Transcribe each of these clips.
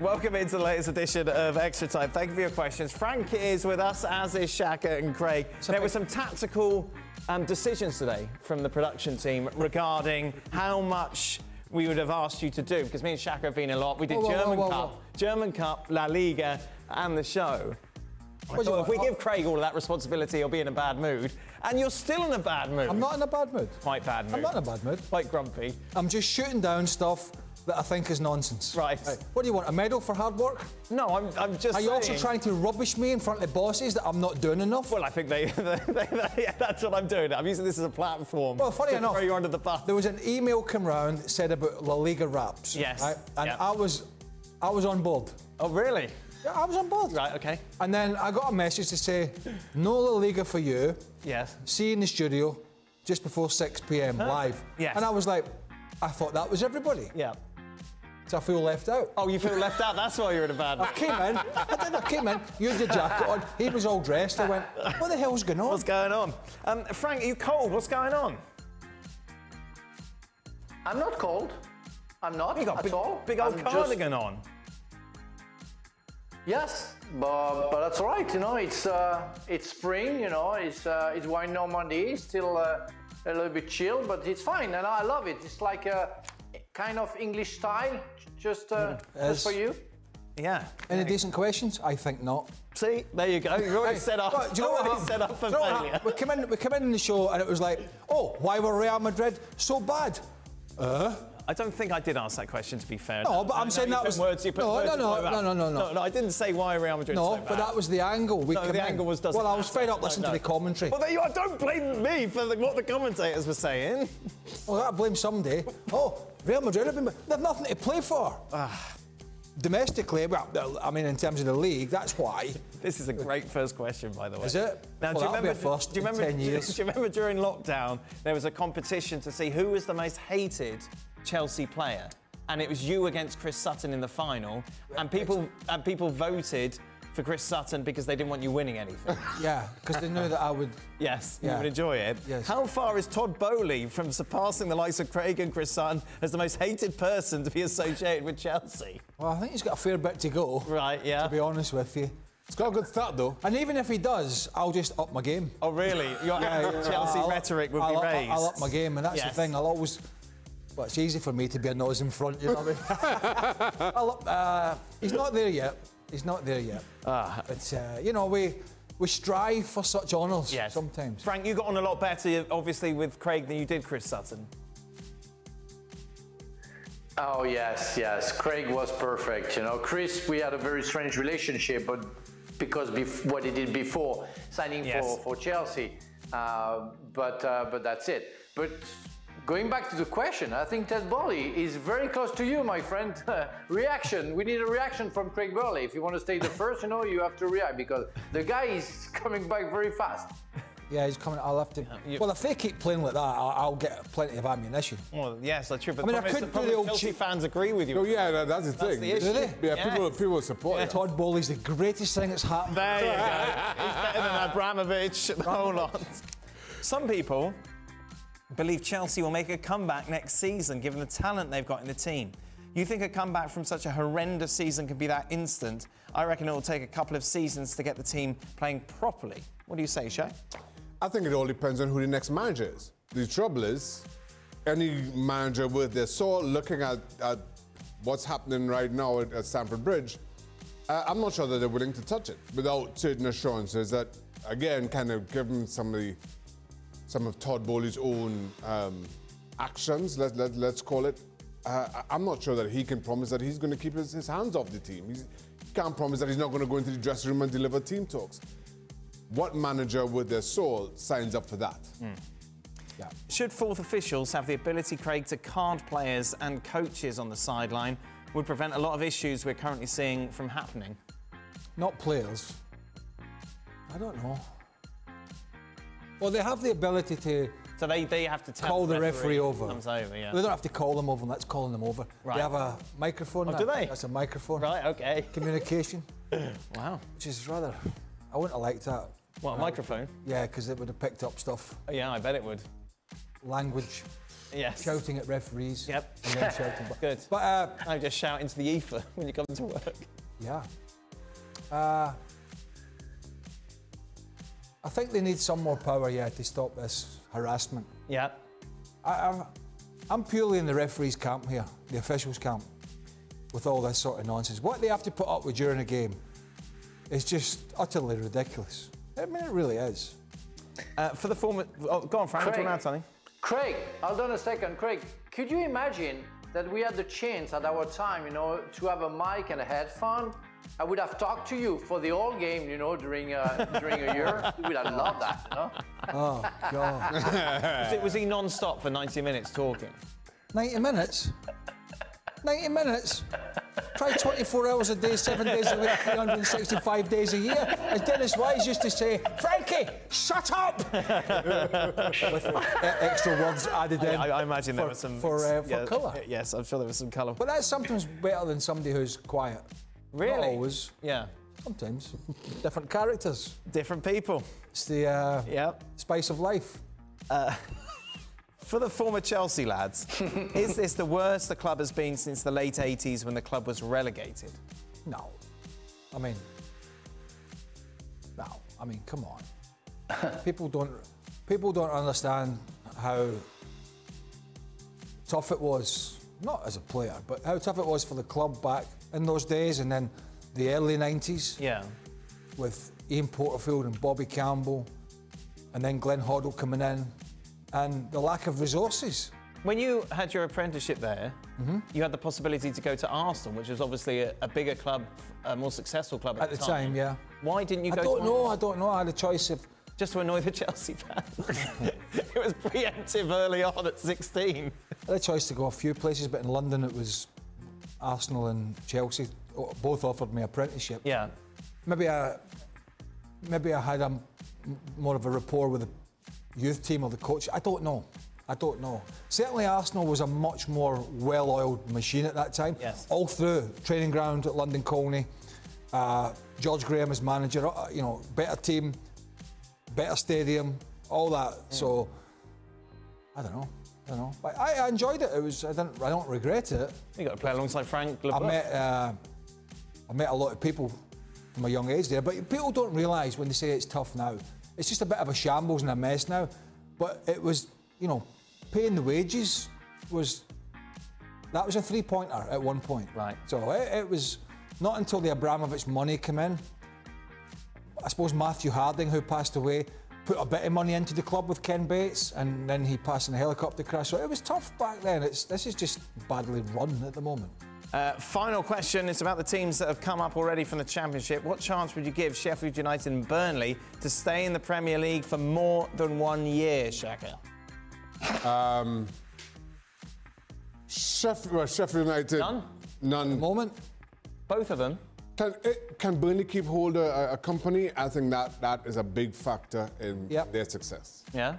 Welcome into the latest edition of Extra Time. Thank you for your questions. Frank is with us, as is Shaka and Craig. there were some tactical um, decisions today from the production team regarding how much we would have asked you to do, because me and Shaka have been a lot. We did Whoa, whoa, whoa, German whoa, Cup, whoa. German Cup, La Liga, and the show. I do you thought if want? we I- give Craig all of that responsibility, he'll be in a bad mood. And you're still in a bad mood. I'm not in a bad mood. Quite bad mood. I'm not in a bad mood. Quite grumpy. I'm just shooting down stuff that I think is nonsense. Right. What do you want? A medal for hard work? No, I'm, I'm just Are you also saying- trying to rubbish me in front of bosses that I'm not doing enough? Well, I think they, they, they- yeah, that's what I'm doing. I'm using this as a platform. Well, funny to enough, throw you under the bus. There was an email come round that said about La Liga raps. Yes, And yeah. I was, I was on board. oh, really? Yeah, I was on board. Right. Okay. And then I got a message to say, no La Liga for you. Yes. See you in the studio just before 6 p.m. live. Yes. And I was like, I thought that was everybody. Yeah. So I feel left out. Oh, you feel left out. That's why you're in a bad. I came in, I did, I came in, you had your jacket on, he was all dressed. I went, what the hell's going on? What's going on? Um, Frank, are you cold? What's going on? I'm not cold. I'm not You got a at big, all. big old I'm just- cardigan on. yes, but, but that's all right. You know, it's uh, it's spring. You know, it's uh, it's wine Normandy. It's still uh, a little bit chill, but it's fine, and I love it. It's like a kind of English style, j- just uh, Mm-hmm. Yes. just for you. Yeah. Any decent questions? I think not. See, there you go. You're already Hey, set up. well, do you know what already happened? set up for Do you know what failure. happened? We came in, we came in the show, and it was like, oh, why were Real Madrid so bad? Uh, I don't think I did ask that question. To be fair. No, but I I'm know saying you that put was- words. You put No, words no, in no, my mouth. no, no, no, no. No, no. I didn't say why Real Madrid. no, so bad. but that was the angle. We No, came the in. angle was doesn't Well, I was matter. fed up No, listening no. to the commentary. Well, there you are. Don't blame me for the, what the commentators were saying. Well, I blame somebody. Oh, Real Madrid have been. They've nothing to play for. Ah. Domestically, well, I mean, in terms of the league, that's why. This is a great first question, by the way. Is it? Now, Well, do you that'll be remember? a first do you in remember? 10 years. Do you remember during lockdown there was a competition to see who was the most hated Chelsea player, and it was you against Chris Sutton in the final, and people and people voted for Chris Sutton because they didn't want you winning anything. Yeah, because they knew that I would. yes, you Yeah. would enjoy it. Yes. How far is Todd Bowley from surpassing the likes of Craig and Chris Sutton as the most hated person to be associated with Chelsea? Well, I think he's got a fair bit to go. Right. Yeah. To be honest with you. It's got a good start though. And even if he does, I'll just up my game. Oh, really? Your Chelsea I'll- rhetoric would I'll, be up- raised. I'll up my game, and that's Yes. the thing. I'll always. Well, it's easy for me to be a nose in front, you know what I mean? I'll up, uh, he's not there yet. He's not there yet. Ah. but, uh, you know, we we strive for such honours Yes. sometimes. Frank, you got on a lot better, obviously, with Craig than you did Chris Sutton. Oh yes, yes. Craig was perfect. You know, Chris, we had a very strange relationship, but because bef- what he did before signing Yes. for, for Chelsea, uh, but uh, but that's it. But going back to the question, I think Ted Bowley is very close to you, my friend. reaction. We need a reaction from Craig Bowley if you want to stay the first. You know, you have to react because the guy is coming back very fast. Yeah, he's coming. I'll have to. you- Well, if they keep playing like that, I'll, I'll get plenty of ammunition. Well, yes, that's true. But I mean, I the problem could is- do problem the is old Chelsea cheat- fans agree with you. Oh yeah, that, that's the thing. the issue. Really? Yeah, Yes. people people support it. Todd Bowley's the greatest thing that's happened. There you go. He's better than Abramovich. The whole lot. Some people believe Chelsea will make a comeback next season, given the talent they've got in the team. You think a comeback from such a horrendous season can be that instant? I reckon it will take a couple of seasons to get the team playing properly. What do you say, Shay? I think it all depends on who the next manager is. The trouble is, any manager with their soul looking at, at what's happening right now at, at Stamford Bridge, uh, I'm not sure that they're willing to touch it without certain assurances that, again, kind of give them some of, the, some of Todd Bowley's own um, actions, let, let, let's call it. Uh, I- I'm not sure that he can promise that he's going to keep his, his hands off the team. He's, he can't promise that he's not going to go into the dressing room and deliver team talks what manager with their soul signs up for that? Hmm. Should fourth officials have the ability, Craig, to card players and coaches on the sideline, would prevent a lot of issues we're currently seeing from happening. Not players. I don't know. Well, they have the ability to So they, they have to tell call the referee when over. it Comes over, yeah. They don't have to call them over, and that's calling them over. Right. They have a microphone. Oh, now. do they? That's a microphone. Right. Okay. Communication, Wow. which is rather. I wouldn't have liked that. What a microphone. Yeah, because it would have picked up stuff. Oh, yeah, I bet it would. language, Yes. shouting at referees. Yep. And then shouting back. Good. But uh, I just shout into the ether when you come to work. yeah. Uh, I think they need some more power, yeah, to stop this harassment. Yeah. I, I'm, I'm purely in the referees' camp here, the officials' camp, with all this sort of nonsense. What they have to put up with during a game is just utterly ridiculous. I mean, it really is. Uh, for the former, oh, go on, Frank. What do you Craig. want to add, Tony? Craig, hold on a second. Craig, could you imagine that we had the chance at our time, you know, to have a mic and a headphone? I would have talked to you for the whole game, you know, during a, during a year. We would have loved that, you know? Oh, God. Was, it, was he non-stop for 90 minutes talking? 90 minutes? 90 minutes? Try 24 hours a day, seven days a week, 365 days a year. As Dennis Wise used to say, Frankie, shut up! With uh, extra words added in. I, I imagine there for- was some For, uh, for yeah, colour. Yes, I'm sure there was some colour. But that's sometimes better than somebody who's quiet. Really? Not always. yeah, Sometimes. Different characters. different people. It's the uh, Yep. spice of life. For the former Chelsea lads, is this the worst the club has been since the late 80s when the club was relegated? No. I mean, no. I mean, come on. people don't people don't understand how tough it was, not as a player, but how tough it was for the club back in those days and then the early 90s. Yeah. with Ian Porterfield and Bobby Campbell, and then Glenn Hoddle coming in, and the lack of resources. When you had your apprenticeship there, you had the possibility to go to Arsenal, which was obviously a, a bigger club, a more successful club at, At the time, yeah. Why didn't you I go don't to Arsenal? know. I don't know. I had a choice of. Just to annoy the Chelsea fans. it was preemptive early on at 16. I had a choice to go a few places, but in London it was Arsenal and Chelsea. o- Both offered me apprenticeship. Yeah. Maybe I, maybe I had a m- more of a rapport with the youth team or the coach. I don't know. I don't know. Certainly, Arsenal was a much more well-oiled machine at that time. Yes. All through training ground at London Colney, uh, George Graham as manager. uh, You know, better team, better stadium, all that. So, I don't know. I don't know. But I, I enjoyed it. It was. I didn't. I don't regret it. You got to play alongside Frank I Leboeuf. met uh, I met a lot of people from a young age there, but people don't realise when they say it's tough now. It's just a bit of a shambles and a mess now. But it was, you know, paying the wages was that was a three pointer at one point. Right. So it, it was not until the Abramovich money came in. I suppose Matthew Harding, who passed away, put a bit of money into the club with Ken Bates, and then he passed in a helicopter crash. So it was tough back then. It's this is just badly run at the moment. Uh, final question is about the teams that have come up already from the Championship. What chance would you give Sheffield United and Burnley to stay in the Premier League for more than one year, Shaka? Um, Sheff- well, Sheffield United. None? None. Moment. Both of them? Can, eh, can Burnley keep hold of a, a company? I think that, that is a big factor in Yep. their success. Yeah.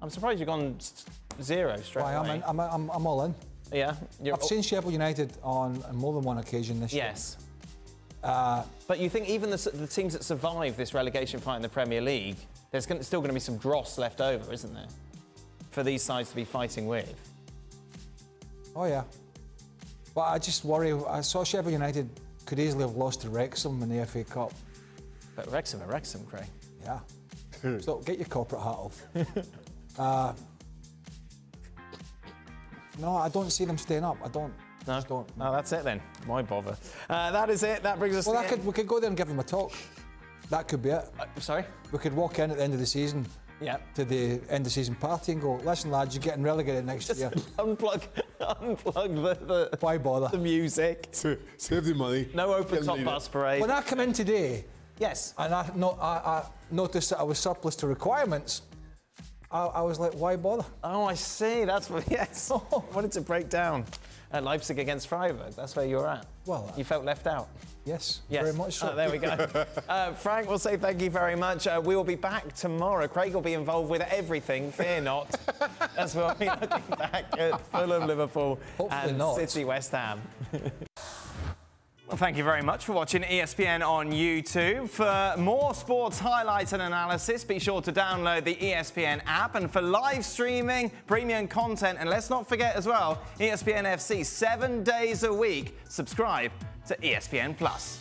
I'm surprised you've gone s- zero straight Aye, I'm, away. in, I'm, I'm, I'm all in. Yeah. You're I've seen Sheffield United on more than one occasion this year. Oh. Yes. but you think even the, s- the teams that survive this relegation fight in the Premier League, there's gonna, still going to be some dross left over, isn't there? For these sides to be fighting with. Oh, yeah. But I just worry. I saw Sheffield United could easily have lost to Wrexham in the FA Cup. But Wrexham are Wrexham, Craig. Yeah. so get your corporate hat off. uh, no, I don't see them staying up. I don't. I just don't. No, that's it then. Why bother? Uh, that is it. That brings us Well, to I the could, we could go there and give them a talk. That could be it. end- Uh, Sorry? We could walk in at the end of the season Yeah. to the end of season party and go, listen, lads, you're getting relegated next year. unplug unplug the, the, Why bother? the music. Sa- Save the money. No open They'll top need bus it. parade. When I come in today yes. and I, no, I, I noticed that I was surplus to requirements, I, I was like, why bother? Oh, I see. That's what, yes. wanted to break down. At Leipzig against Freiburg. That's where you're at. Well, you felt left out. Yes, Yes. very much so. Oh, there we go. uh, Frank, we'll say thank you very much. Uh, we will be back tomorrow. Craig will be involved with everything. Fear not. As we'll be looking back at Fulham, Liverpool, Hopefully and not. City, West Ham. Well, thank you very much for watching E ESPN on YouTube. For more sports highlights and analysis, be sure to download the E ESPN app. And for live streaming, premium content, and let's not forget as E E well, ESPN FC seven days a week. Subscribe to ESPN Plus.